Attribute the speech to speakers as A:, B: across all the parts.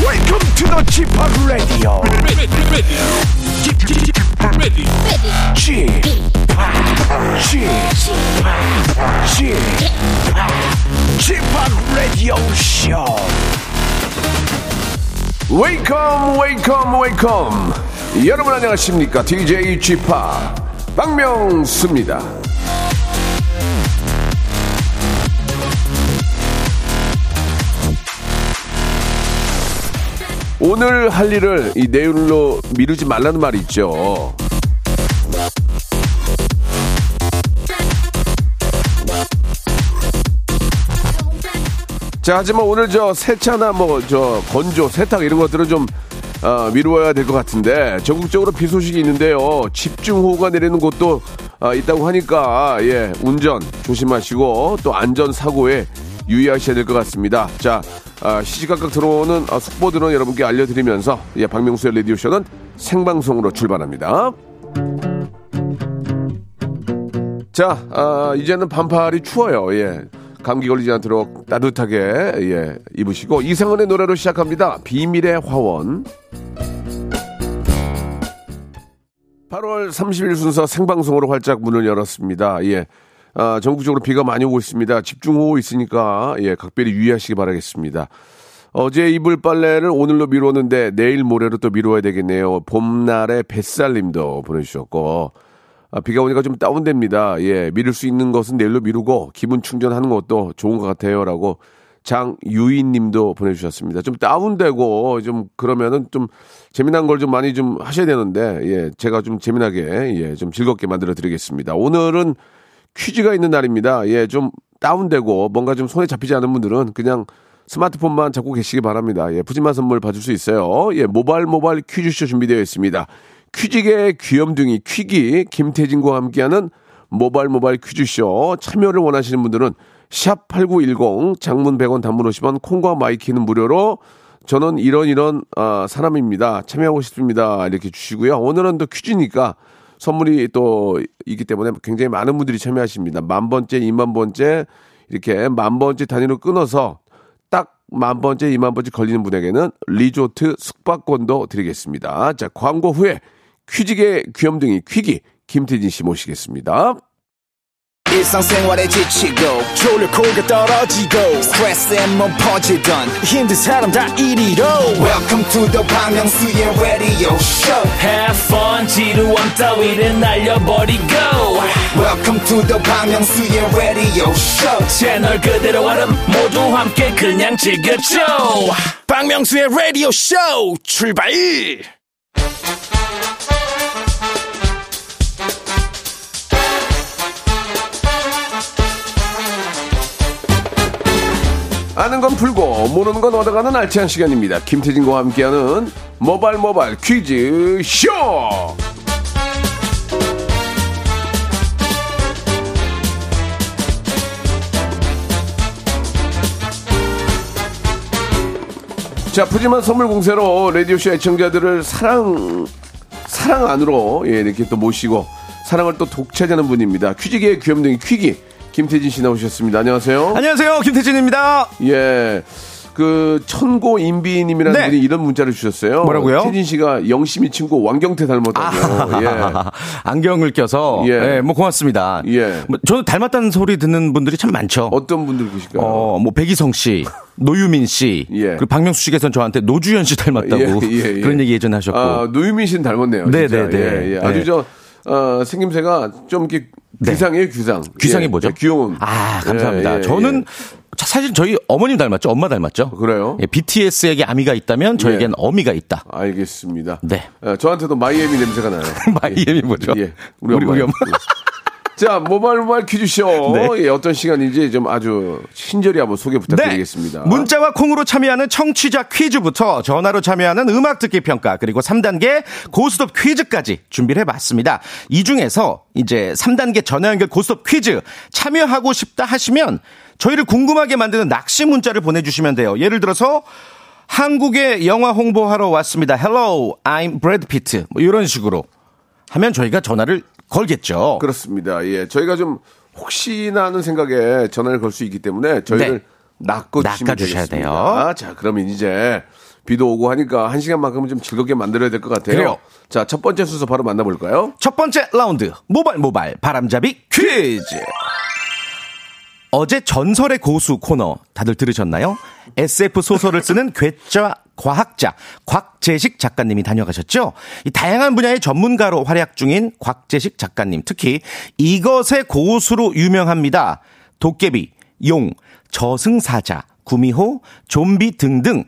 A: Welcome to the g p o p Radio.
B: ready, ready, ready, ready.
A: g p o p G-POP, g p o p Radio Show. Welcome, welcome, welcome. 여러분 안녕하십니까? DJ g p o p 박명수입니다. 오늘 할 일을 이 내일로 미루지 말라는 말이 있죠. 자, 하지만 오늘 저 세차나 뭐 저 건조, 세탁 이런 것들은 좀 아, 미루어야 될 것 같은데 전국적으로 비 소식이 있는데요. 집중호우가 내리는 곳도 아, 있다고 하니까 예, 운전 조심하시고 또 안전 사고에 유의하셔야 될 것 같습니다. 자, 아, 시시각각 들어오는 아, 속보들은 여러분께 알려드리면서 예, 박명수의 라디오 쇼는 생방송으로 출발합니다. 자, 아, 이제는 반팔이 추워요. 예. 감기 걸리지 않도록 따뜻하게 예, 입으시고 이상은의 노래로 시작합니다. 비밀의 화원. 8월 30일 순서 생방송으로 활짝 문을 열었습니다. 예. 아, 전국적으로 비가 많이 오고 있습니다. 집중호우 있으니까 예, 각별히 유의하시기 바라겠습니다. 어제 이불 빨래를 오늘로 미뤘는데 내일 모레로 또 미뤄야 되겠네요. 봄날의 뱃살님도 보내주셨고 아, 비가 오니까 좀 다운됩니다. 예, 미룰 수 있는 것은 내일로 미루고 기분 충전하는 것도 좋은 것 같아요라고 장유인님도 보내주셨습니다. 좀 다운되고 좀 그러면은 좀 재미난 걸 좀 많이 좀 하셔야 되는데 예, 제가 좀 재미나게 예, 좀 즐겁게 만들어 드리겠습니다. 오늘은 퀴즈가 있는 날입니다. 예, 좀 다운되고 뭔가 좀 손에 잡히지 않은 분들은 그냥 스마트폰만 잡고 계시기 바랍니다. 예, 푸짐한 선물 받을 수 있어요. 예, 모발 모발 퀴즈쇼 준비되어 있습니다. 퀴즈계의 귀염둥이 퀴기 김태진과 함께하는 모발 모발 퀴즈쇼 참여를 원하시는 분들은 샵 8910 장문 100원 단문 50원 콩과 마이키는 무료로 저는 이런 이런 아, 사람입니다. 참여하고 싶습니다. 이렇게 주시고요. 오늘은 또 퀴즈니까 선물이 또 있기 때문에 굉장히 많은 분들이 참여하십니다. 만 번째, 이만 번째 이렇게 만 번째 단위로 끊어서 딱 만 번째, 이만 번째 걸리는 분에게는 리조트 숙박권도 드리겠습니다. 자, 광고 후에 퀴즈계 귀염둥이 퀴기 김태진 씨 모시겠습니다.
C: 일상생활에 지치고, 졸려 코가 떨어지고, 스트레스에 몸 퍼지던, 힘든 사람 다 이리로. welcome to the Bang Myung-soo's radio show
D: Have fun 지루함 따위를 날려버리고
C: welcome to the Bang Myung-soo's radio show
D: 채널 그대로 얼음 모두 함께 그냥 즐겨줘
C: 박명수의 radio show 출발
A: 아는 건 풀고 모르는 건 얻어가는 알찬 시간입니다. 김태진과 함께하는 모발 모발 퀴즈 쇼. 자 푸짐한 선물 공세로 라디오 쇼 애청자들을 사랑 사랑 안으로 예, 이렇게 또 모시고 사랑을 또 독차지하는 분입니다. 퀴즈계의 귀염둥이 퀴기 김태진 씨 나오셨습니다. 안녕하세요.
E: 안녕하세요, 김태진입니다.
A: 예. 그 천고 임비님이라는
E: 네.
A: 분이 이런 문자를 주셨어요.
E: 뭐라고요? 아.
A: 태진 씨가 영심이 친구 왕경태 닮았다고. 예.
E: 안경을 껴서
A: 예.
E: 예, 뭐 고맙습니다.
A: 예.
E: 뭐 저는 닮았다는 소리 듣는 분들이 참 많죠.
A: 어떤 분들 계실까요?
E: 어, 뭐 백이성 씨, 노유민 씨,
A: 예.
E: 그리고 박명수 씨께서는 저한테 노주현 씨 닮았다고
A: 예, 예, 예.
E: 뭐 그런 얘기 예전에 하셨고.
A: 아, 노유민 씨는 닮았네요.
E: 네,
A: 진짜.
E: 네, 네.
A: 예, 예. 아주
E: 네.
A: 저 어, 생김새가 좀 이렇게
E: 네.
A: 귀상이에요, 귀상.
E: 귀상이
A: 예,
E: 뭐죠?
A: 귀여운.
E: 아, 감사합니다.
A: 예, 예,
E: 저는
A: 예.
E: 자, 사실 저희 어머님 닮았죠? 엄마 닮았죠? 예,
A: 그래요?
E: BTS에게 아미가 있다면 저에겐
A: 예.
E: 어미가 있다.
A: 알겠습니다.
E: 네.
A: 어, 저한테도 마이애미 냄새가 나요.
E: 마이애미 뭐죠?
A: 예. 우리 엄마.
E: 우리 엄마.
A: 자, 모바일 모바일 퀴즈쇼.
E: 네.
A: 예, 어떤 시간인지 좀 아주 친절히 한번 소개 부탁드리겠습니다.
E: 네. 문자와 콩으로 참여하는 청취자 퀴즈부터 전화로 참여하는 음악 듣기 평가 그리고 3단계 고스톱 퀴즈까지 준비를 해봤습니다. 이 중에서 이제 3단계 전화 연결 고스톱 퀴즈 참여하고 싶다 하시면 저희를 궁금하게 만드는 낚시 문자를 보내주시면 돼요. 예를 들어서 한국에 영화 홍보하러 왔습니다. Hello, I'm Brad Pitt. 뭐 이런 식으로 하면 저희가 전화를 걸겠죠.
A: 그렇습니다. 예, 저희가 좀 혹시나 하는 생각에 전화를 걸 수 있기 때문에 저희를
E: 네.
A: 낚아주시면
E: 낚아주셔야
A: 되겠습니다.
E: 돼요.
A: 자, 그러면 이제 비도 오고 하니까 한 시간만큼은 좀 즐겁게 만들어야 될 것 같아요.
E: 그래요.
A: 자, 첫 번째 순서 바로 만나볼까요?
E: 첫 번째 라운드 모발 모발 바람잡이 퀴즈 어제 전설의 고수 코너 다들 들으셨나요? SF 소설을 쓰는 괴짜 과학자 곽재식 작가님이 다녀가셨죠. 이 다양한 분야의 전문가로 활약 중인 곽재식 작가님 특히 이것의 고수로 유명합니다. 도깨비, 용, 저승사자, 구미호, 좀비 등등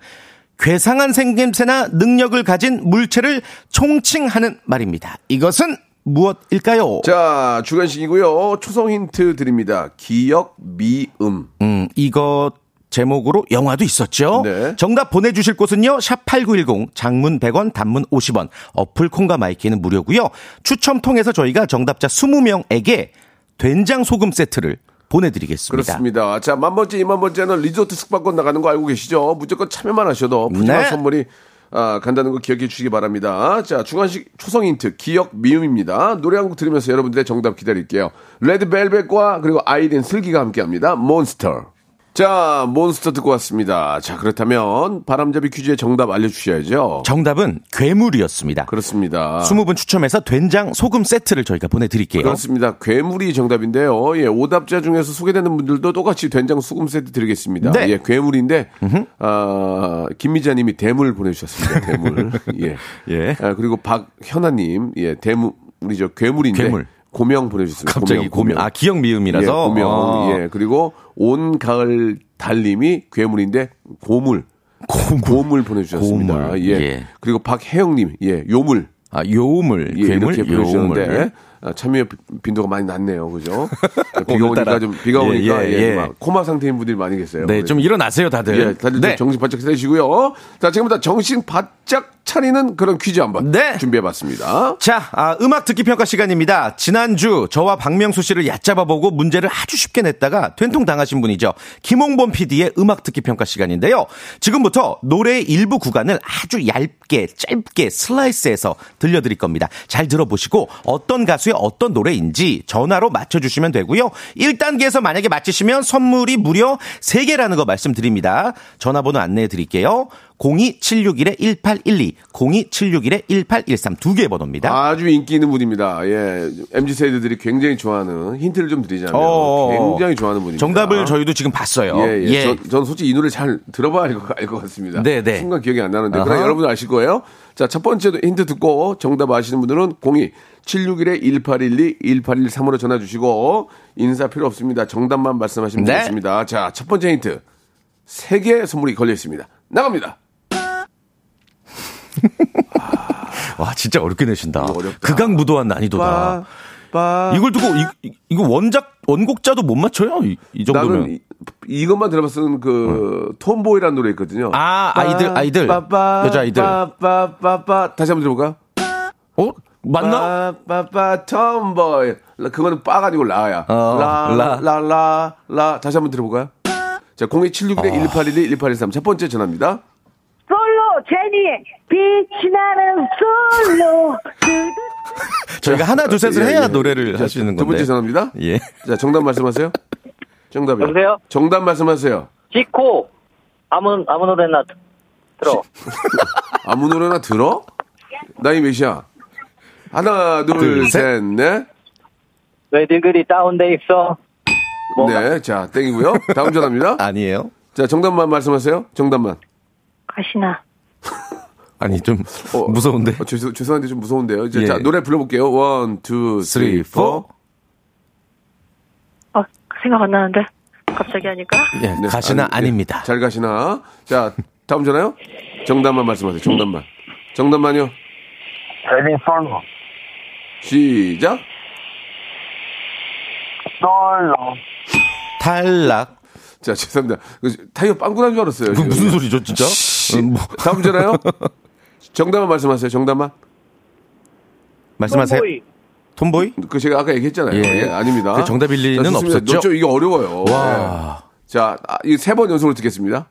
E: 괴상한 생김새나 능력을 가진 물체를 총칭하는 말입니다. 이것은 무엇일까요?
A: 자, 주간식이고요. 초성 힌트 드립니다. 기억, 미음.
E: 음, 이거 제목으로 영화도 있었죠.
A: 네.
E: 정답 보내주실 곳은요. 샵8910 장문 100원 단문 50원 어플 콩과 마이키는 무료고요. 추첨 통해서 저희가 정답자 20명에게 된장 소금 세트를 보내드리겠습니다.
A: 그렇습니다. 자, 만 번째, 이만 번째는 리조트 숙박권 나가는 거 알고 계시죠? 무조건 참여만 하셔도 푸짐한
E: 네.
A: 선물이 아, 간다는 거 기억해 주시기 바랍니다. 자, 주간식 초성 힌트 기억 미음입니다. 노래 한 곡 들으면서 여러분들의 정답 기다릴게요. 레드벨벳과 그리고 아이린 슬기가 함께합니다. 몬스터. 자, 몬스터 듣고 왔습니다. 자, 그렇다면 바람잡이 퀴즈의 정답 알려주셔야죠.
E: 정답은 괴물이었습니다.
A: 그렇습니다.
E: 20분 추첨해서 된장 소금 세트를 저희가 보내드릴게요.
A: 그렇습니다. 괴물이 정답인데요. 예, 오답자 중에서 소개되는 분들도 똑같이 된장 수금 세트 드리겠습니다.
E: 네.
A: 예, 괴물인데, 아, 김미자님이 대물 보내주셨습니다. 대물. 예.
E: 예.
A: 아, 그리고 박현아님, 예, 대물, 우리죠. 괴물인데.
E: 괴물.
A: 고명 보내주셨습니다.
E: 갑자기 고명. 아, 기억
A: 예,
E: 미음이라서.
A: 고명.
E: 어.
A: 예, 그리고 온 가을 달님이 괴물인데 고물.
E: 고물.
A: 고물 보내주셨습니다.
E: 고물.
A: 예.
E: 예.
A: 그리고 박혜영님, 예, 요물.
E: 아, 요물,
A: 예,
E: 괴물,
A: 이렇게
E: 요물.
A: 보내주셨는데 아, 참여 빈도가 많이 낮네요, 그죠? 비가
E: 오늘따라.
A: 오니까 좀 비가
E: 예,
A: 오니까
E: 예,
A: 예,
E: 예.
A: 막 코마 상태인 분들이 많이 계세요.
E: 네, 좀 일어나세요, 다들.
A: 예, 다들 좀
E: 네.
A: 정신 바짝 차리시고요. 자, 지금부터 정신 바짝 차리는 그런 퀴즈 한번
E: 네.
A: 준비해봤습니다.
E: 자, 아, 음악 듣기 평가 시간입니다. 지난주 저와 박명수 씨를 얕잡아보고 문제를 아주 쉽게 냈다가 된통 당하신 분이죠. 김홍범 PD의 음악 듣기 평가 시간인데요. 지금부터 노래의 일부 구간을 아주 얇게 짧게 슬라이스해서 들려드릴 겁니다. 잘 들어보시고 어떤 가수의 어떤 노래인지 전화로 맞춰주시면 되고요. 1단계에서 만약에 맞히시면 선물이 무려 3개라는 거 말씀드립니다. 전화번호 안내해 드릴게요. 02761-1812, 02761-1813 두 개의 번호입니다.
A: 아주 인기 있는 분입니다. 예, MZ 세대들이 굉장히 좋아하는 힌트를 좀 드리자면
E: 어어.
A: 굉장히 좋아하는 분입니다.
E: 정답을 저희도 지금 봤어요.
A: 예, 예. 저, 전 솔직히 이 노래 잘 들어봐야 알 것 같습니다.
E: 네, 네.
A: 순간 기억이 안 나는데.
E: 아하.
A: 그러나 여러분 아실 거예요. 자, 첫 번째 힌트 듣고 정답 아시는 분들은 02-761-1812, 1813으로 전화 주시고 인사 필요 없습니다. 정답만 말씀하시면
E: 네.
A: 되겠습니다. 자, 첫 번째 힌트. 세 개의 선물이 걸려 있습니다. 나갑니다.
E: 와, 진짜 어렵게 내신다.
A: 어렵다.
E: 극악무도한 난이도다. 이걸 두고 이, 이- 이거 원작 원곡자도 못 맞춰요. 이, 이 정도면. 음.
A: 나는 이, 것만 들어봤은 그 톰보이라는 노래 있거든요.
E: 아, 아이들, 아이들. 여자 아이들.
A: 빠빠빠빠. 다시 한번 들어볼까?
E: 어?
A: 아.
E: 맞나?
A: 빠빠빠 톰보이. 라- 그거는 빠가 아니고 라야.
E: 어, 라.
A: 라, 라, 라, 라. 다시 한번 들어볼까요? 자,
E: 어.
A: 02761-1812-1813. 첫 번째 전화입니다.
F: 솔로 제니의 빛이 나는 솔로
E: 저희가 그러니까 하나 둘 셋을
A: 예,
E: 해야
A: 예.
E: 노래를
A: 자,
E: 할 수 있는 건데.
A: 두 번째 전화입니다.
E: 예.
A: 자, 정답 말씀하세요. 정답이요.
G: 여보세요?
A: 정답 말씀하세요.
G: 지코 아무 아무 노래나 드- 들어.
A: 아무 노래나 들어? 나이 몇이야? 하나, 둘,
E: 둘, 셋.
A: 셋, 넷.
G: 왜 니들이 다운돼 있어? 뭔가-
A: 네, 자, 땡이고요. 다음 전화입니다.
E: 아니에요?
A: 자, 정답만 말씀하세요. 정답만.
F: 가시나
E: 아니 좀
A: 어,
E: 무서운데.
A: 어, 죄송, 죄송한데 좀 무서운데요. 이제
E: 예.
A: 자, 노래 불러볼게요. 원, 투, 쓰리, 포.
F: 어 생각 안 나는데 갑자기 하니까
E: 예,
A: 네,
E: 가시나
A: 아,
E: 아,
A: 예.
E: 닙니다
A: 잘 가시나. 자, 다음 전화요. 정답만 말씀하세요. 정답만. 정답만요.
G: 제니 솔로
A: 시작.
G: 솔로
E: 탈락.
A: 자, 죄송합니다. 그 타이어 빵꾸난 줄 알았어요.
E: 그
A: 지금.
E: 무슨 소리죠, 진짜? 음, 뭐,
A: 예, 다음 전화요. 정답만 말씀하세요. 정답만.
E: 말씀하세요. 톰보이?
A: 그 제가 아까 얘기했잖아요.
E: 예.
A: 예, 아닙니다.
E: 그 정답 일리는
A: 자, 좋습니다.
E: 없었죠?
A: 노조 이게 어려워요.
E: 와.
A: 예. 자, 이 세 번 연속으로 듣겠습니다.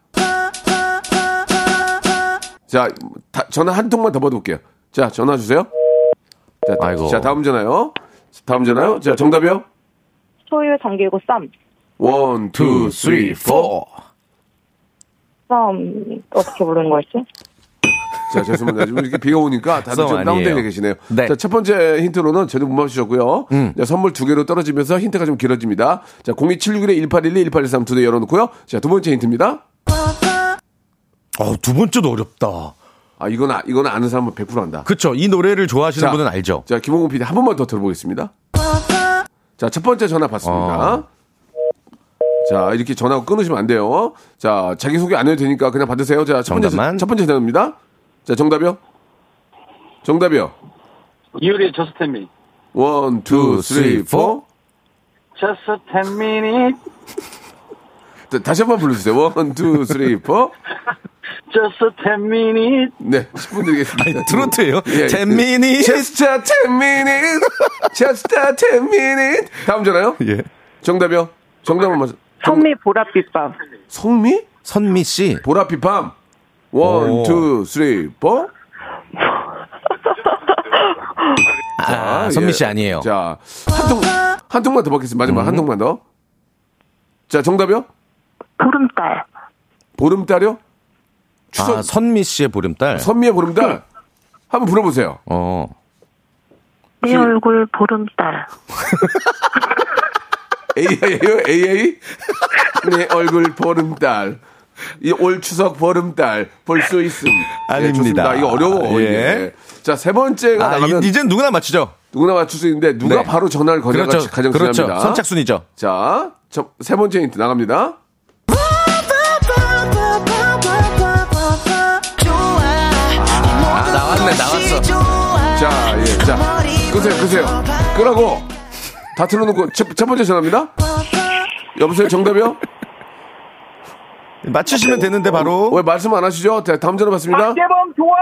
A: 자, 다- 전화 한 통만 더 받아볼게요. 자, 전화 주세요. 자, 다-
E: 아이고.
A: 자, 다음 전화요. 다음 전화요. 자, 정답이요.
F: 소유의 잠기고 쌈
E: 음,
A: 원, 투, 쓰리, 포.
F: 싸움 어떻게 부르는 거였지?
A: 자, 죄송합니다. 지금 이렇게 비가 오니까 다들
E: 썩
A: 좀
E: 아니에요.
A: 다운되어 계시네요.
E: 네. 음.
A: 자, 첫 번째 힌트로는 제대로 못 맞추셨고요. 자, 선물 두 개로 떨어지면서 힌트가 좀 길어집니다. 자, 02761-1812-1813 두 대 열어놓고요. 자, 두 번째 힌트입니다.
E: 어, 두 번째도 어렵다.
A: 아, 이건, 아, 이건 아는 사람은 100% 안다.
E: 그쵸. 이 노래를 좋아하시는 분은 알죠.
A: 자, 김홍근 PD 한 번만 더 들어보겠습니다. 자, 첫 번째 전화 받습니다.
E: 어.
A: 자, 이렇게 전화 끊으시면 안 돼요. 자, 자기소개 안 해도 되니까 그냥 받으세요. 자, 첫 번째,
E: 정답만.
A: 첫 번째 전화입니다. 자, 정답이요. 정답이요.
H: 이효리의 Just a Minute.
A: 원, 투, 쓰리, 포.
H: Just a Minute.
A: 자, 다시 한 번 불러주세요. 원, 투, 쓰리, 포.
H: Just a Minute.
A: 네, 10분 드리겠습니다.
E: 트로트예요
A: 예,
E: 잼민이.
A: Just a 10 minute. Just a 10 minute. 다음 전화요.
E: 예.
A: 정답이요. 정답은 맞아.
F: 성미 보랏빛밤.
A: 성미?
E: 선미 씨.
A: 보라빛 밤. 원,
E: 오.
A: 투, 쓰리, 포.
E: 아,
A: 아,
E: 선미
A: 예.
E: 씨 아니에요. 음.
A: 자, 한 통, 한 통만 더 받겠습니다. 마지막 한 통만 더. 자, 정답이요?
F: 보름달.
A: 보름달이요? 추석,
E: 아, 선미 씨의 보름달.
A: 선미의 보름달? 한번 불어보세요.
E: 어.
F: 내 얼굴 보름달.
A: AA요? AA? 내 얼굴 보름달. 이 올 추석 보름달 볼 수 있음.
E: 아닙니다.
A: 예, 좋습니다. 이거 어려워.
E: 예.
A: 예. 자, 세 번째가
E: 아,
A: 나가면
E: 이- 이젠 누구나 맞추죠.
A: 누구나 맞출 수 있는데 누가
E: 네.
A: 바로 전화를 거냐가
E: 그렇죠.
A: 가장
E: 그렇죠.
A: 중요합니다.
E: 선착순이죠.
A: 자, 저, 세 번째 힌트 나갑니다.
E: 아, 나왔네, 나왔어.
A: 자, 예, 자. 끄세요, 끄세요. 끄라고. 다 틀어놓고, 첫, 첫 번째 전화입니다. 여보세요, 정답이요?
E: 맞추시면 되는데 바로.
A: 왜 말씀 안 하시죠? 자, 다음 전화 받습니다.
H: 박재범 좋아.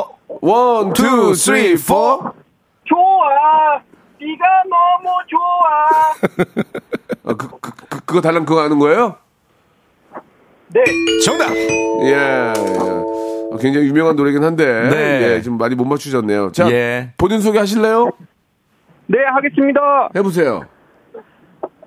E: 어?
A: 원, 투, 쓰리, 포.
H: 좋아. 네가 너무 좋아.
A: 어, 그, 그, 그, 그거 달랑 그거 하는 거예요?
H: 네.
E: 정답!
A: 예. 어, 굉장히 유명한 노래긴 한데.
E: 네.
A: 예, 지금 많이 못 맞추셨네요. 자,
E: 예.
A: 본인 소개 하실래요?
H: 네, 하겠습니다.
A: 해보세요.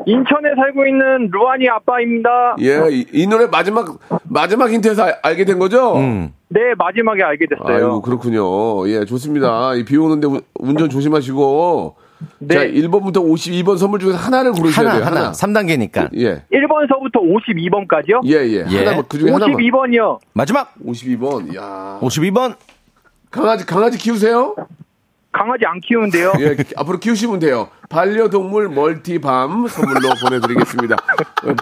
H: 인천에 살고 있는 루아니 아빠입니다.
A: 예, 이, 이 노래 마지막, 마지막 힌트에서 알- 알게 된 거죠?
E: 음.
H: 네, 마지막에 알게
A: 아이고
H: 됐어요.
A: 그렇군요. 예, 좋습니다. 이 비 오는데 우- 운전 조심하시고.
H: 네.
A: 자, 1번부터 52번 선물 중에서 하나를 고르셔야
E: 하나,
A: 돼요. 하나.
E: 하나. 삼 3단계니까.
A: 예.
H: 1번서부터 52번까지요?
A: 예, 예.
E: 예.
A: 하나 그 중에 하나만.
H: 52번이요.
E: 마지막!
A: 52번.
E: 아.
A: 야.
E: 52번.
A: 강아지 강아지 키우세요?
H: 강아지 안 키우는데요.
A: 예. 기- 앞으로 키우시면 돼요. 반려동물 멀티밤 선물로 보내 드리겠습니다. 어,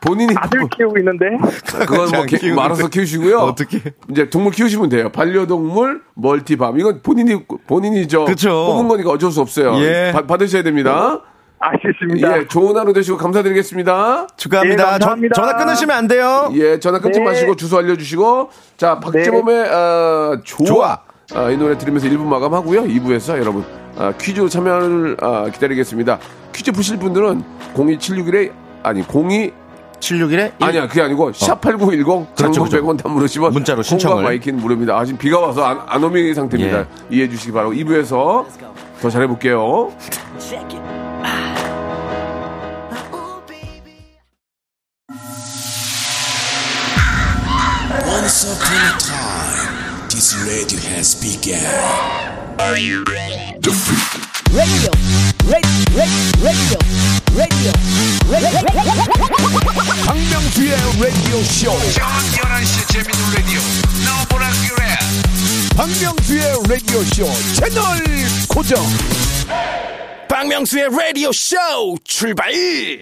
A: 본인이 뭐,
H: 아들 키우고 있는데.
A: 그건 뭐
E: 안
A: 개-
E: 키우는데.
A: 말아서 키우시고요.
E: 어떻게?
A: 이제 동물 키우시면 돼요. 반려동물 멀티밤. 이건 본인이 본인이 저
E: 그쵸.
A: 뽑은 거니까 어쩔 수 없어요.
E: 예. 네.
A: 받- 받으셔야 됩니다.
H: 알겠습니다.
A: 예, 좋은 하루 되시고 감사드리겠습니다.
E: 축하합니다.
H: 예, 감사합니다.
E: 전, 전화 끊으시면 안 돼요.
A: 예, 전화 끊지
H: 네.
A: 마시고 주소 알려주시고 자
E: 네.
A: 박재범의 어, 좋아,
E: 좋아.
A: 아, 이 노래 들으면서 1부 마감하고요. 2부에서 여러분 아, 퀴즈 참여를 아, 기다리겠습니다. 퀴즈 푸실 분들은 02761에 아니 02
E: 761에
A: 아니야 그게 아니고 샵8910 장문
E: 어. 그렇죠.
A: 100원 단문 50원
E: 문자로 신청을.
A: 마이킹 무료입니다. 아, 지금 비가 와서 안, 안 오미 상태입니다.
E: 예.
A: 이해해 주시기 바라고 2부에서 더 잘해볼게요.
B: Once upon a time, this radio has begun.
D: 박명수의 라디오 쇼 출발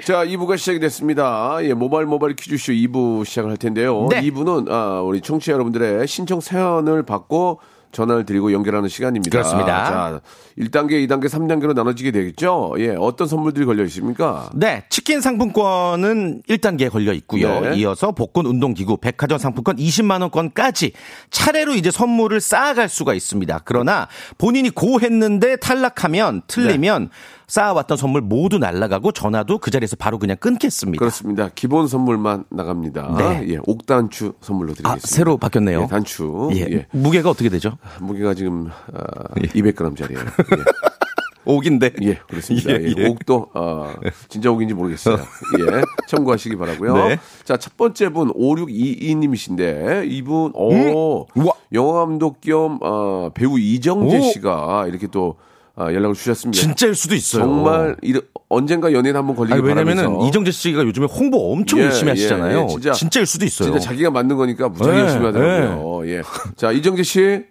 A: 자, 2부가 시작이 됐습니다. 예, 모바일 모바일 퀴즈쇼 2부 시작을 할 텐데요.
E: 네.
A: 2부는 아, 우리 청취자 여러분들의 신청 사연을 받고 전화를 드리고 연결하는 시간입니다.
E: 그렇습니다.
A: 자, 1단계, 2단계, 3단계로 나눠지게 되겠죠? 예, 어떤 선물들이 걸려 있습니까?
E: 네, 치킨 상품권은 1단계에 걸려 있고요.
A: 네.
E: 이어서 복권 운동기구, 백화점 상품권 20만 원권까지 차례로 이제 선물을 쌓아갈 수가 있습니다. 그러나 본인이 고했는데 탈락하면 틀리면
A: 네.
E: 쌓아왔던 선물 모두 날아가고 전화도 그 자리에서 바로 그냥 끊겠습니다.
A: 그렇습니다. 기본 선물만 나갑니다.
E: 네.
A: 예, 옥단추 선물로
E: 아,
A: 드리겠습니다.
E: 새로 바뀌었네요.
A: 예, 단추.
E: 예.
A: 예.
E: 무게가 어떻게 되죠?
A: 무게가 지금 아, 200g짜리예요. 예.
E: 옥인데.
A: 예, 그렇습니다.
E: 예,
A: 예,
E: 예.
A: 옥도 어, 진짜 옥인지 모르겠어요. 예, 참고하시기 바라고요.
E: 네.
A: 자, 첫 번째 분 5622님이신데 이분 어
E: 음? 우와.
A: 영화 감독 겸 어, 배우 이정재
E: 오.
A: 씨가 이렇게 또 아, 연락을 주셨습니다.
E: 진짜일 수도 있어요.
A: 정말 이르- 언젠가 연예인 한번 걸리길
E: 아니, 왜냐면은
A: 바라면서
E: 이정재 씨가 요즘에 홍보 엄청
A: 예,
E: 열심히
A: 예,
E: 하시잖아요.
A: 예, 진짜.
E: 진짜일 수도 있어요.
A: 진짜 자기가 만든 거니까 무지하게
E: 예,
A: 열심히 하더라고요. 예. 자, 이정재 씨.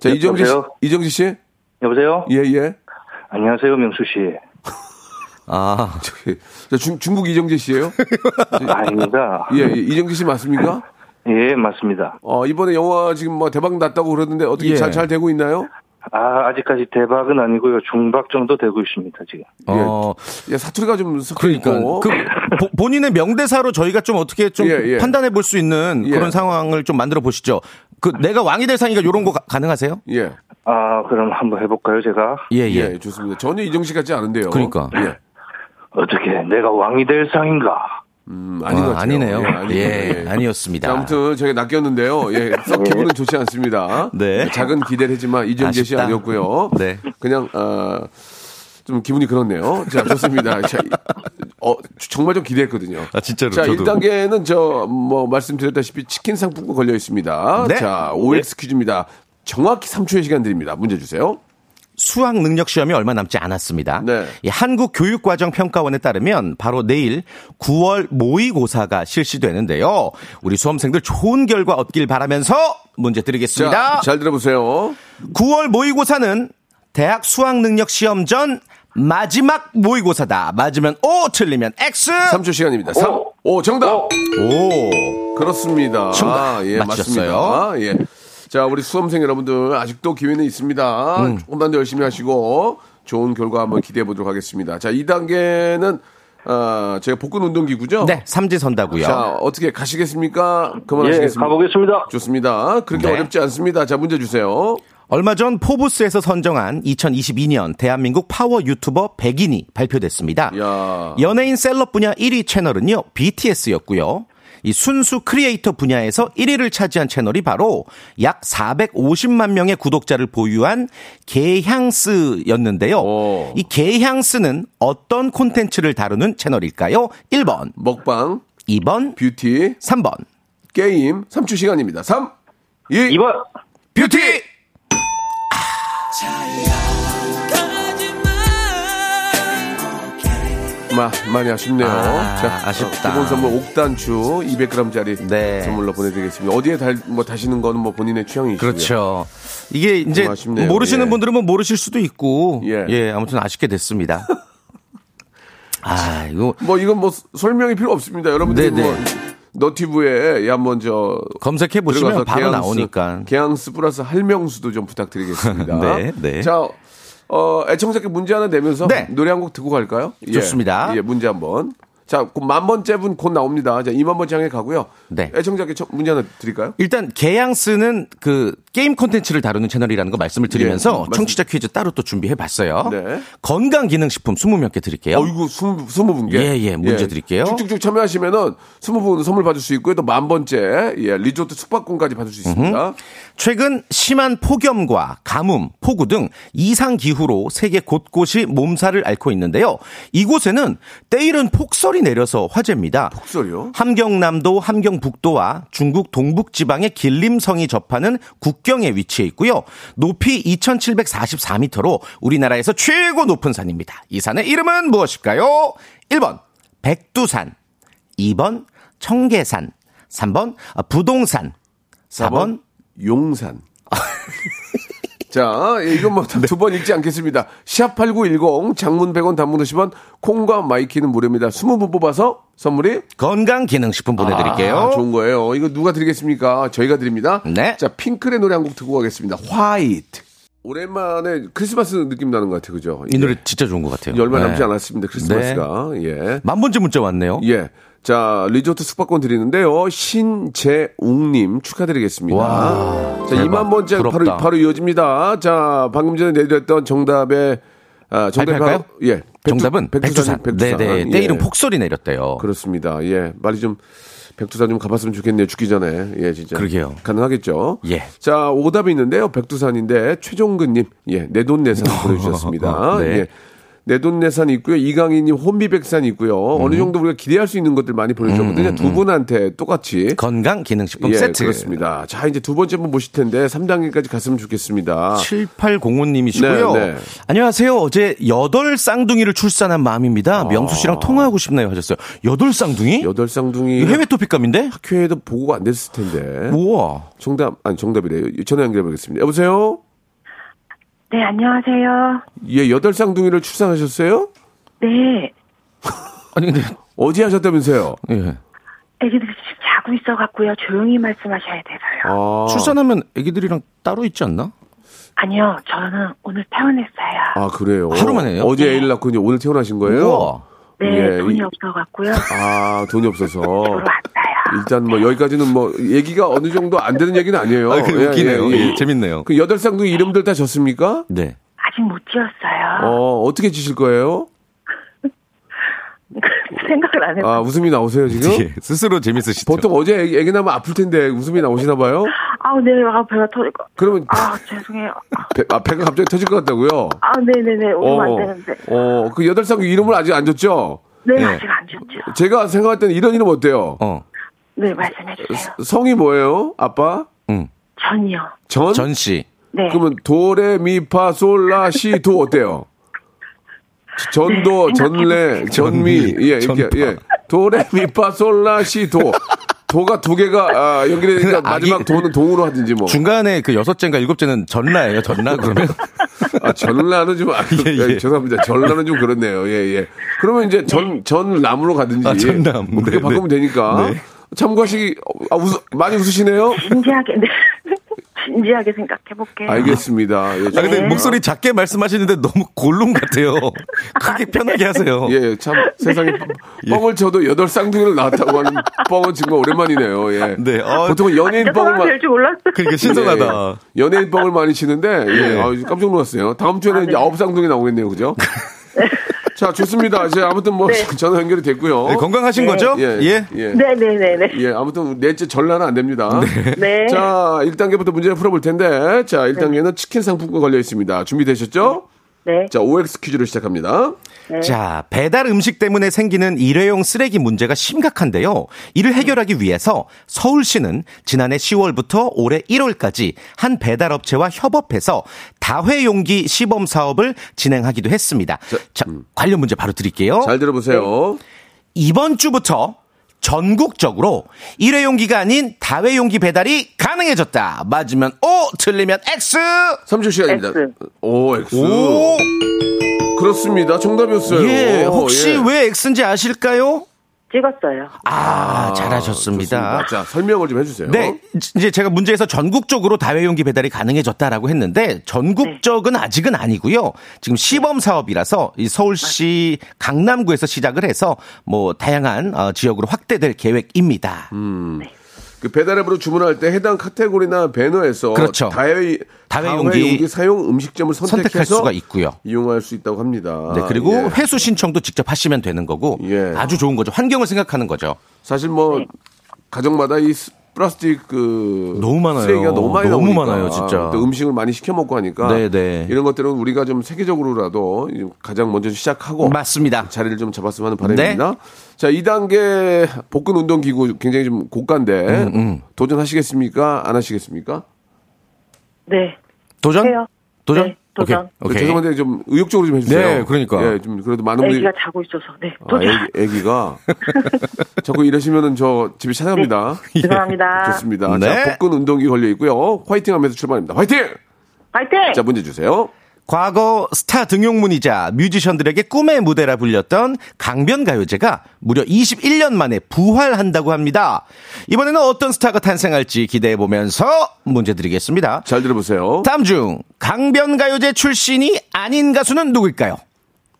A: 자,
G: 네,
A: 이정재 씨.
G: 여보세요?
A: 이정재 씨.
G: 여보세요?
A: 예, 예.
G: 안녕하세요, 명수 씨.
E: 아,
A: 저기, 자, 중, 중국 이정재 씨예요
G: 아닙니다.
A: 예, 예. 이정재 씨 맞습니까?
G: 예, 맞습니다.
A: 어, 이번에 영화 지금 뭐 대박 났다고 그러는데 어떻게
E: 예.
A: 잘, 잘 되고 있나요?
G: 아, 아직까지 대박은 아니고요. 중박 정도 되고 있습니다, 지금.
E: 어,
A: 예, 사투리가 좀 섞여
E: 그러니까
A: 있고.
E: 그 보- 본인의 명대사로 저희가 좀 어떻게 좀
A: 예, 예.
E: 판단해 볼 수 있는
A: 예.
E: 그런 상황을 좀 만들어 보시죠. 그 내가 왕이 될 상의가 요런 거 가- 가능하세요?
A: 예,
G: 아, 그럼 한번 해볼까요, 제가?
E: 예,
A: 예,
E: 예.
A: 좋습니다. 전혀 이정재 같지 않은데요.
E: 그러니까.
A: 예.
G: 어떻게 내가 왕이 될 상인가?
A: 음, 아닌 것 같아요.
E: 아, 니네요
A: 아닌
E: 예,
A: 것 같아요. 예.
E: 아니었습니다.
A: 자, 아무튼 저희가 낚였는데요. 예, 썩 기분은 좋지 않습니다. 예,
E: 네.
A: 작은 기대를 했지만 이정재 씨
E: 아쉽다.
A: 아니었고요.
E: 네.
A: 그냥 어, 좀 기분이 그렇네요. 자, 좋습니다. 자, 어, 정말 좀 기대했거든요.
E: 아, 진짜로,
A: 자,
E: 저도.
A: 1단계는 저 뭐 말씀드렸다시피 치킨 상품권 걸려 있습니다.
E: 네.
A: 자, OX 퀴즈입니다. 정확히 3초의 시간 드립니다. 문제 주세요.
E: 수학 능력 시험이 얼마 남지 않았습니다.
A: 네.
E: 이 한국 교육과정 평가원에 따르면 바로 내일 9월 모의고사가 실시되는데요. 우리 수험생들 좋은 결과 얻길 바라면서 문제
A: 자,
E: 드리겠습니다.
A: 잘 들어보세요.
E: 9월 모의고사는 대학 수학 능력 시험 전 마지막 모의고사다. 맞으면 O, 틀리면 X.
A: 3초 시간입니다. 3, 5, 정답!
E: 오.
A: 그렇습니다.
E: 정답.
A: 예,
E: 맞추셨어요.
A: 맞습니다. 예. 자, 우리 수험생 여러분들 아직도 기회는 있습니다.
E: 음.
A: 조금만 더 열심히 하시고 좋은 결과 한번 기대해 보도록 하겠습니다. 자, 2단계는 어, 제가 복근 운동기구죠?
E: 네, 삼지선다고요.
A: 자, 어떻게 가시겠습니까?
G: 예,
A: 그만하시겠습니까?
G: 가보겠습니다.
A: 좋습니다. 그렇게
E: 네.
A: 어렵지 않습니다. 자, 문제 주세요.
E: 얼마 전 포브스에서 선정한 2022년 대한민국 파워 유튜버 100인이
A: 예.
E: 발표됐습니다.
A: 야.
E: 연예인 셀럽 분야 1위 채널은요, BTS였고요. 이 순수 크리에이터 분야에서 1위를 차지한 채널이 바로 약 450만 명의 구독자를 보유한 개향스였는데요.
A: 오.
E: 이 개향스는 어떤 콘텐츠를 다루는 채널일까요? 1번,
A: 먹방,
E: 2번,
A: 뷰티,
E: 3번.
A: 게임, 3초 시간입니다. 3, 2,
G: 2번!
A: 뷰티! 마, 많이 아쉽네요.
E: 아,
A: 자,
E: 아쉽다.
A: 기본 선물 옥단추 200g짜리
E: 네.
A: 선물로 보내드리겠습니다. 어디에 달, 뭐 다시는 거는 뭐 본인의 취향이시고요.
E: 그렇죠. 이게 이제
A: 좀 아쉽네요.
E: 모르시는
A: 예.
E: 분들은 뭐 모르실 수도 있고
A: 예.
E: 예, 아무튼 아쉽게 됐습니다. 아, 이거
A: 뭐 이건 뭐 설명이 필요 없습니다. 여러분들이
E: 네네.
A: 뭐 너티브에 예, 한번 저
E: 검색해 보시면
A: 들어가서
E: 바로 나오니까.
A: 개항스 플러스 할명수도 좀 부탁드리겠습니다.
E: 네, 네.
A: 자, 어, 애청자께 문제 하나 내면서
E: 네.
A: 노래 한 곡 듣고 갈까요? 예.
E: 좋습니다.
A: 예, 문제 한번. 자, 곧만 번째 분 곧 나옵니다. 자, 이만 번째 향해 가고요.
E: 네.
A: 애청자께 첫 문제 하나 드릴까요?
E: 일단 개양스는 그 게임 콘텐츠를 다루는 채널이라는 거 말씀을
A: 예,
E: 드리면서
A: 맞습니다.
E: 청취자 퀴즈 따로 또 준비해 봤어요.
A: 네.
E: 건강 기능 식품 20명께 드릴게요.
A: 어이구, 스무, 스무 분께.
E: 예, 예, 문제 드릴게요.
A: 쭉쭉쭉 참여하시면은 스무 분 선물 받을 수 있고요. 또 만 번째, 예, 리조트 숙박권까지 받을 수 있습니다.
E: 최근 심한 폭염과 가뭄, 폭우 등 이상 기후로 세계 곳곳이 몸살을 앓고 있는데요. 이곳에는 때이른 폭설이 내려서 화제입니다.
A: 폭설이요?
E: 함경남도, 함경북도와 중국 동북 지방의 길림성이 접하는 국경에 위치해 있고요. 높이 2744m로 우리나라에서 최고 높은 산입니다. 이 산의 이름은 무엇일까요? 1번 백두산, 2번 청계산, 3번 부동산, 4번
A: 용산. 자, 예, 이건 뭐 두 번 읽지 않겠습니다. 샵8910 장문 100원 단문 50원 콩과 마이키는 무료입니다. 20분 뽑아서 선물이
E: 건강기능식품 보내드릴게요.
A: 아, 좋은 거예요. 이거 누가 드리겠습니까? 저희가 드립니다.
E: 네.
A: 자, 핑클의 노래 한 곡 듣고 가겠습니다. 화이트. 오랜만에 크리스마스 느낌 나는 것 같아요. 그죠?
E: 이 노래 진짜 좋은 것 같아요.
A: 예, 얼마 남지
E: 네.
A: 않았습니다. 크리스마스가. 예.
E: 만 번째 문자 왔네요.
A: 예. 자, 리조트 숙박권 드리는데요. 신재웅님 축하드리겠습니다.
E: 와,
A: 자,
E: 대박.
A: 2만 번째 바로,
E: 부럽다.
A: 바로 이어집니다. 자, 방금 전에 내드렸던 정답의, 아, 정답이
E: 발표할까요?
A: 바로, 예. 백두-
E: 정답은
A: 백두산.
E: 백두산.
A: 백두산.
E: 네네.
A: 예.
E: 때이른 폭설이 내렸대요.
A: 그렇습니다. 예. 말이 좀 백두산 좀 가봤으면 좋겠네요. 죽기 전에. 예, 진짜.
E: 그러게요.
A: 가능하겠죠?
E: 예.
A: 자, 오답이 있는데요. 백두산인데 최종근님, 예, 내돈내산 보내주셨습니다.
E: 네.
A: 예. 내돈내산 있고요. 이강인님 혼비백산 있고요.
E: 음.
A: 어느 정도 우리가 기대할 수 있는 것들 많이 보내주셨거든요. 두 분한테 똑같이.
E: 건강 기능식품
A: 예,
E: 음, 세트.
A: 그렇습니다. 자, 이제 두 번째 분 모실 텐데 3단계까지 갔으면 좋겠습니다.
E: 7805님이시고요.
A: 아. 네, 네.
E: 안녕하세요. 어제 여덟 쌍둥이를 출산한 마음입니다. 명수 씨랑 통화하고 싶나요? 하셨어요. 여덟 쌍둥이?
A: 아. 여덟 쌍둥이
E: 이거 해외 토픽감인데?
A: 학회에도 보고가 안 됐을 텐데.
E: 뭐? 우와.
A: 정답 아니 정답이래요. 전화 연결해 보겠습니다. 여보세요.
F: 네, 안녕하세요.
A: 예, 여덟 쌍둥이를 출산하셨어요?
F: 네.
E: 아니, 근데,
A: 어디 하셨다면서요?
E: 예.
F: 애기들 지금 자고 있어갖고요. 조용히 말씀하셔야 돼서요.
A: 아, 어,
E: 출산하면 애기들이랑 따로 있지 않나?
F: 아니요, 저는 오늘 퇴원했어요.
A: 아 그래요.
E: 하루만 해요?
A: 어제 애를 낳고 이제 오늘 태어나신 거예요?
E: 우와.
F: 네,
A: 예,
F: 돈이
A: 이-
F: 없어갖고요.
A: 아 돈이 없어서.
F: 들어왔어요.
A: 일단 뭐 여기까지는 뭐 얘기가 어느 정도 안 되는 얘기는 아니에요.
E: 아, 그 웃기네요. 예, 재밌네요.
A: 그 여덟 쌍둥이 이름들 다 졌습니까?
E: 네.
F: 아직 못 지었어요.
A: 어 어떻게 지실 거예요?
F: 그 생각을 안 해요.
A: 아 웃음이 나오세요 지금?
E: 예, 스스로 재밌으시죠?
A: 보통 어제 애기, 애기 나면 아플 텐데 웃음이 나오시나 봐요?
F: 아우, 네, 아, 배가 터지고.
A: 그러면
F: 아, 죄송해요.
A: 배, 아, 배가 갑자기 터질 것 같다고요?
F: 아, 네네네. 오면 안 되는데.
A: 어, 그 여덟 쌍 이름을 아직 안 줬죠?
F: 네,
E: 예.
F: 아직 안 줬죠.
A: 제가 생각할 때는 이런 이름 어때요?
E: 어.
F: 네, 말씀해주세요.
A: 성이 뭐예요? 아빠?
F: 전이요.
A: 전?
E: 전 씨.
F: 네.
A: 그러면 도레미파솔라시도 어때요? 전도, 전래, 전미, 예, 이렇게, 예. 도레미파솔라시도. 도가 두 개가 아, 연결되니까
E: 근데 아기-
A: 마지막 도는 동으로 하든지 뭐.
E: 중간에 그 여섯째인가 일곱째는 전라예요, 전라 그러면?
A: 아, 전라는 좀, 아,
E: 예, 예.
A: 예, 죄송합니다. 전라는 좀 그렇네요. 예, 예. 그러면 이제 전, 전남으로 가든지.
E: 아, 전남.
A: 뭐 그렇게
E: 네,
A: 바꾸면
E: 네.
A: 되니까.
E: 네.
A: 참고하시기, 아, 웃, 많이 웃으시네요?
F: 진지하게, 네. 진지하게 생각해볼게요.
A: 알겠습니다. 예,
E: 아, 근데
A: 죄송합니다.
E: 목소리 작게 말씀하시는데 너무 골룸 같아요. 크게 편하게 하세요.
A: 예, 참, 세상에
E: 예.
A: 뻥을 쳐도 여덟 쌍둥이를 낳았다고 하는 뻥은 정말 오랜만이네요. 예.
E: 네, 어.
A: 보통은 연예인 뻥을
F: 죄송한
A: 많이.
F: 될줄 몰랐어요.
E: 그러니까 신선하다.
A: 예, 연예인 뻥을 많이 치는데, 예,
E: 예.
A: 아유, 깜짝 놀랐어요. 다음 주에는 이제 아홉 쌍둥이 나오겠네요. 그죠? 자, 좋습니다. 이제 아무튼 뭐, 전화 연결이 됐고요.
E: 네, 건강하신 거죠?
A: 예. 예. 예.
F: 네네네네.
A: 예, 아무튼 넷째 전라는 안 됩니다.
F: 네.
A: 자, 1단계부터 문제를 풀어볼 텐데, 자, 1단계는 치킨 상품권 걸려 있습니다. 준비되셨죠?
F: 네.
A: 자, OX 퀴즈로 시작합니다.
E: 자, 배달 음식 때문에 생기는 일회용 쓰레기 문제가 심각한데요. 이를 해결하기 위해서 서울시는 지난해 10월부터 올해 1월까지 한 배달 업체와 협업해서 다회용기 시범 사업을 진행하기도 했습니다. 자,
A: 음.
E: 관련 문제 바로 드릴게요.
A: 잘 들어보세요.
E: 이번 주부터 전국적으로 일회용기가 아닌 다회용기 배달이 가능해졌다. 맞으면 O, 틀리면 X.
A: 30 시간입니다.
F: X.
A: 오, X.
E: 오,
A: 그렇습니다. 정답이었어요.
E: 예. 혹시
A: 예.
E: 왜 X인지 아실까요?
F: 찍었어요.
E: 아,
A: 좋습니다.
E: 잘하셨습니다.
A: 자, 설명을 좀 해주세요.
E: 네, 이제 제가 문제에서 전국적으로 다회용기 배달이 가능해졌다라고 했는데 전국적은 아직은 아니고요. 지금 시범 사업이라서 이 서울시 강남구에서 시작을 해서 뭐 다양한 어, 지역으로 확대될 계획입니다.
A: 그 배달앱으로 주문할 때 해당 카테고리나 배너에서
E: 그렇죠.
A: 다회,
E: 다회용기
A: 다회용기 사용 음식점을 선택해서
E: 선택할 수가 있고요.
A: 이용할 수 있다고 합니다.
E: 네, 그리고
A: 예.
E: 회수 신청도 직접 하시면 되는 거고
A: 예.
E: 아주 좋은 거죠. 환경을 생각하는 거죠.
A: 사실 뭐 가정마다 이 스- 플라스틱 그
E: 너무 많아요.
A: 쓰레기가 너무 많이
E: 너무
A: 나오니까
E: 많아요, 진짜.
A: 또 음식을 많이 시켜 먹고 하니까
E: 네, 네.
A: 이런 것들은 우리가 좀 세계적으로라도 가장 먼저
E: 어.
A: 시작하고
E: 맞습니다.
A: 자리를 좀 잡았으면 하는 바람입니다.
E: 네.
A: 자, 2단계 복근 운동 기구 굉장히 좀 고가인데
E: 음,
A: 도전하시겠습니까? 안 하시겠습니까?
F: 네.
E: 도전?
F: 해요.
E: 도전?
F: 네, 도전.
E: 오케이. 오케이.
A: 죄송한데 좀 의욕적으로 좀 해주세요.
E: 네, 그러니까.
A: 예, 좀 그래도 많은 분들이
F: 애기가 자고 있어서. 네.
A: 아,
F: 도전.
A: 애기, 애기가 자꾸 이러시면은 저 집에 찾아갑니다.
F: 네. 죄송합니다.
A: 예, 좋습니다.
E: 네.
A: 자, 복근 운동기 걸려 있고요. 화이팅 하면서 출발합니다. 화이팅!
F: 파이팅!
A: 자, 문제 주세요.
E: 과거 스타 등용문이자 뮤지션들에게 꿈의 무대라 불렸던 강변가요제가 무려 21년 만에 부활한다고 합니다. 이번에는 어떤 스타가 탄생할지 기대해 보면서 문제 드리겠습니다.
A: 잘 들어보세요.
E: 다음 중 강변가요제 출신이 아닌 가수는 누구일까요?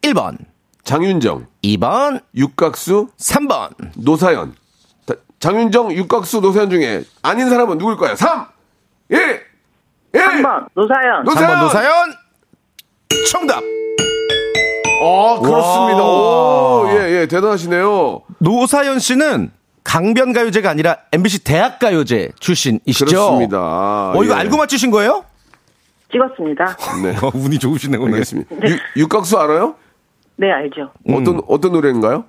E: 1번,
A: 장윤정,
E: 2번,
A: 육각수,
E: 3번.
A: 노사연. 다- 장윤정, 육각수, 노사연 중에 아닌 사람은 누굴까요? 3, 1, 1!
F: 3번, 노사연.
A: 노- 노사연!
E: 3번 노사연. 정답.
A: 어, 그렇습니다.
E: 와.
A: 오, 예, 예, 대단하시네요.
E: 노사연 씨는 강변가요제가 아니라 MBC 대학가요제 출신이시죠?
A: 그렇습니다.
E: 그렇죠. 어, 이거
A: 예.
E: 알고 맞추신 거예요?
F: 찍었습니다.
A: 네.
E: 어, 운이 좋으시네, 오늘.
A: 알겠습니다. 유, 육각수 알아요?
F: 네, 알죠.
E: 음.
A: 어떤 어떤 노래인가요?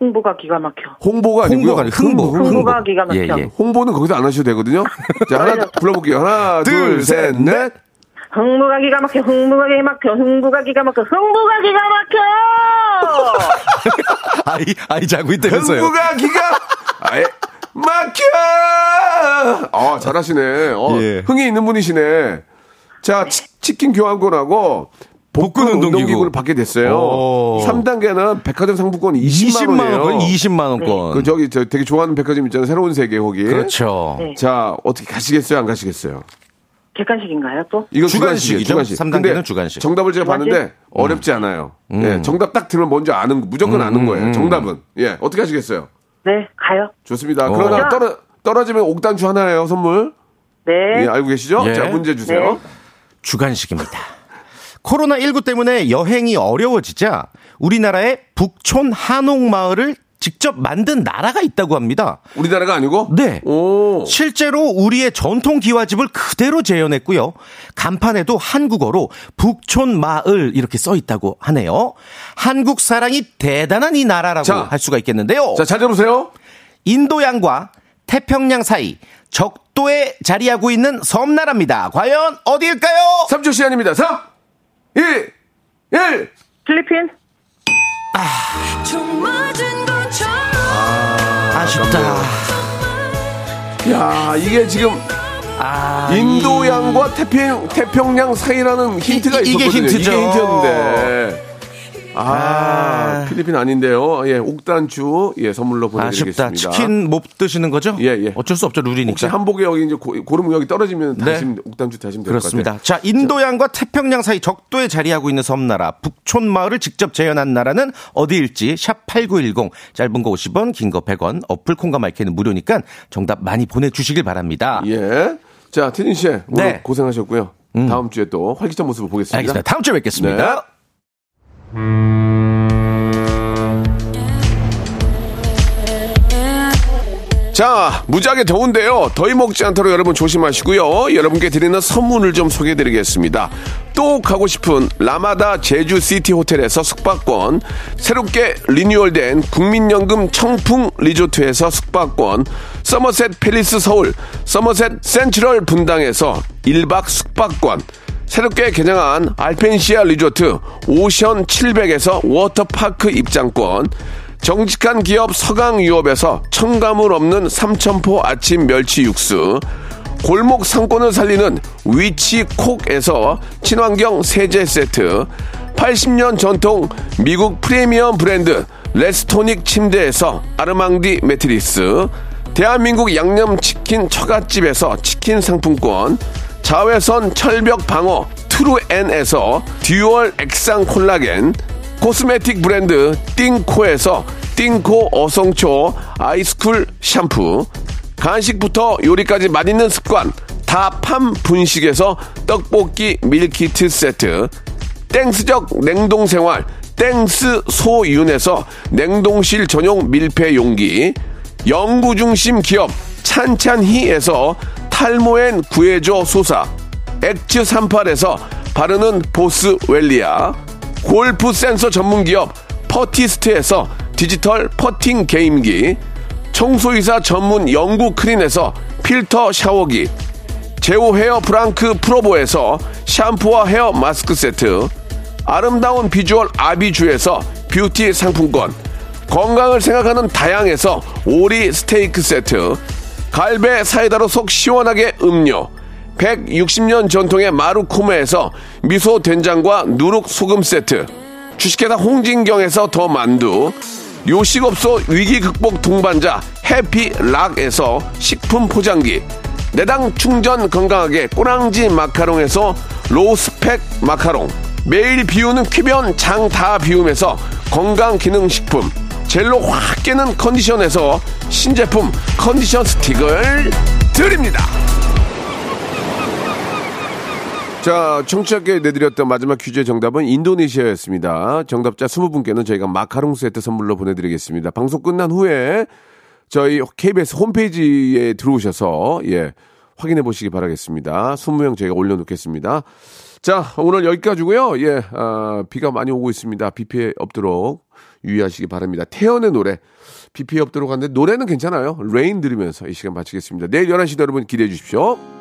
F: 홍보가 기가 막혀.
A: 홍보가 아니고요.
E: 홍보가 아니라 흥보. 예,
A: 흥보.
F: 흥보. 홍보가 기가 막혀.
A: 홍보는 거기서 안 하셔도 되거든요. 자 하나 불러볼게요. 하나
E: 둘, 셋,
A: 둘셋넷
F: 흥부가 기가 막혀, 흥부가 기가 막혀, 흥부가 기가 막혀, 흥부가 기가 막혀!
E: 아이, 아이 자고 있다면서요.
A: 흥부가 기가 아예 막혀. 아 잘하시네. 어,
E: 예.
A: 흥이 있는 분이시네. 자 치, 치킨 교환권하고 복근
E: 복근 운동기구.
A: 운동기구를 받게 됐어요.
E: 오.
A: 3단계는 백화점 상품권이 20만,
E: 20만
A: 원이에요.
E: 원권, 20만
F: 네.
E: 원권.
A: 그 저기 저 되게 좋아하는 백화점 있잖아요. 새로운 세계 거기.
E: 그렇죠.
F: 네.
A: 자 어떻게 가시겠어요? 안 가시겠어요?
F: 객관식인가요, 또?
A: 이건
E: 주간식이죠.
A: 주간식이에요, 주간식.
E: 삼 단계는
A: 근데
E: 주간식. 음.
A: 정답을 제가
F: 주간식?
A: 봤는데 어렵지 않아요. 예, 정답 딱 들으면 먼저 아는 거,
E: 음,
A: 무조건 아는 거예요. 정답은 예 어떻게 하시겠어요?
F: 네, 가요.
A: 좋습니다. 그러나
F: 자.
A: 떨어, 떨어지면 옥단추 하나예요 선물.
F: 네.
A: 예, 알고 계시죠?
E: 예.
A: 자 문제 주세요.
F: 네.
E: 주간식입니다. 코로나19 때문에 여행이 어려워지자 우리나라의 북촌 한옥마을을 직접 만든 나라가 있다고 합니다.
A: 우리나라가 아니고?
E: 네.
A: 오.
E: 실제로 우리의 전통 기와집을 그대로 재현했고요. 간판에도 한국어로 북촌 마을 이렇게 써 있다고 하네요. 한국 사랑이 대단한 이 나라라고
A: 자.
E: 할 수가 있겠는데요.
A: 자 찾아보세요.
E: 인도양과 태평양 사이 적도에 자리하고 있는 섬나라입니다. 과연 어디일까요?
A: 3초 시간입니다. 3, 2, 1.
F: 필리핀?
E: 아쉽다.
A: 야 이게 지금 인도양과 태평, 태평양 사이라는 힌트가
E: 아, 이- 이게
A: 있었거든요.
E: 힌트죠.
A: 이게 힌트였는데. 아, 필리핀 아닌데요. 예, 옥단추 예 선물로 보내드리겠습니다.
E: 아쉽다. 치킨 못 드시는 거죠?
A: 예, 예.
E: 어쩔 수 없죠.
A: 혹시
E: 룰이니까.
A: 한복에 여기 이제 고, 고름 여기 떨어지면
E: 네.
A: 다시 옥단추 다시 면 될 것 같아요.
E: 그렇습니다. 자, 인도양과 태평양 사이 적도에 자리하고 있는 섬나라, 북촌 마을을 직접 재현한 나라는 어디일지 샵8910 짧은 거 50원, 긴 거 100원, 어플 콩과 마이크는 무료니까 정답 많이 보내 주시길 바랍니다.
A: 예. 자, 티니 씨 오늘
E: 네.
A: 고생하셨고요. 다음 주에 또 활기찬 모습을 보겠습니다.
E: 알겠습니다. 다음 주에 뵙겠습니다.
A: 네. 자, 무지하게 더운데요. 더위 먹지 않도록 여러분 조심하시고요. 여러분께 드리는 선물을 좀 소개해 드리겠습니다. 또 가고 싶은 라마다 제주시티 호텔에서 숙박권, 새롭게 리뉴얼된 국민연금 청풍 리조트에서 숙박권, 서머셋 팰리스 서울, 서머셋 센트럴 분당에서 1박 숙박권, 새롭게 개장한 알펜시아 리조트 오션 700에서 워터파크 입장권, 정직한 기업 서강유업에서 첨가물 없는 삼천포 아침 멸치 육수 골목 상권을 살리는 위치콕에서 친환경 세제 세트 80년 전통 미국 프리미엄 브랜드 레스토닉 침대에서 아르망디 매트리스 대한민국 양념치킨 처갓집에서 치킨 상품권 자외선 철벽 방어 트루엔에서 듀얼 액상 콜라겐 코스메틱 브랜드 띵코에서 띵코 어성초 아이스쿨 샴푸 간식부터 요리까지 맛있는 습관 다팜 분식에서 떡볶이 밀키트 세트 땡스적 냉동생활 땡스 소윤에서 냉동실 전용 밀폐 용기 연구중심 기업 찬찬히에서 탈모엔 구해줘 소사 엑츠38에서 바르는 보스웰리아 골프 센서 전문 기업 퍼티스트에서 디지털 퍼팅 게임기 청소이사 전문 영구 크린에서 필터 샤워기 제오 헤어 프랑크 프로보에서 샴푸와 헤어 마스크 세트 아름다운 비주얼 아비주에서 뷰티 상품권 건강을 생각하는 다양에서 오리 스테이크 세트 갈배 사이다로 속 시원하게 음료 160년 전통의 마루코메에서 미소 된장과 누룩 소금 세트 주식회사 홍진경에서 더 만두 요식업소 위기 극복 동반자 해피락에서 식품 포장기 내당 충전 건강하게 꼬랑지 마카롱에서 로스펙 마카롱 매일 비우는 쾌변 장 다 비움에서 건강기능식품 젤로 확 깨는 컨디션에서 신제품 컨디션 스틱을 드립니다 자, 청취자께 내드렸던 마지막 퀴즈의 정답은 인도네시아였습니다. 정답자 20분께는 저희가 마카롱 세트 선물로 보내드리겠습니다. 방송 끝난 후에 저희 KBS 홈페이지에 들어오셔서 예 확인해 보시기 바라겠습니다. 20명 저희가 올려놓겠습니다. 자 오늘 여기까지고요. 예 아, 비가 많이 오고 있습니다. 비 피해 없도록 유의하시기 바랍니다. 태연의 노래 비 피해 없도록 하는데 노래는 괜찮아요. 레인 들으면서 이 시간 마치겠습니다. 내일 11시도 여러분 기대해 주십시오.